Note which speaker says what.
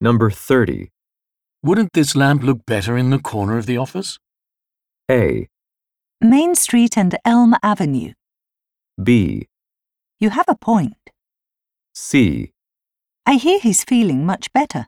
Speaker 1: Number 30.
Speaker 2: Wouldn't this lamp look better in the corner of the office?
Speaker 1: A.
Speaker 3: Main Street and Elm Avenue.
Speaker 1: B.
Speaker 3: You have a point.
Speaker 1: C.
Speaker 3: I hear he's feeling much better.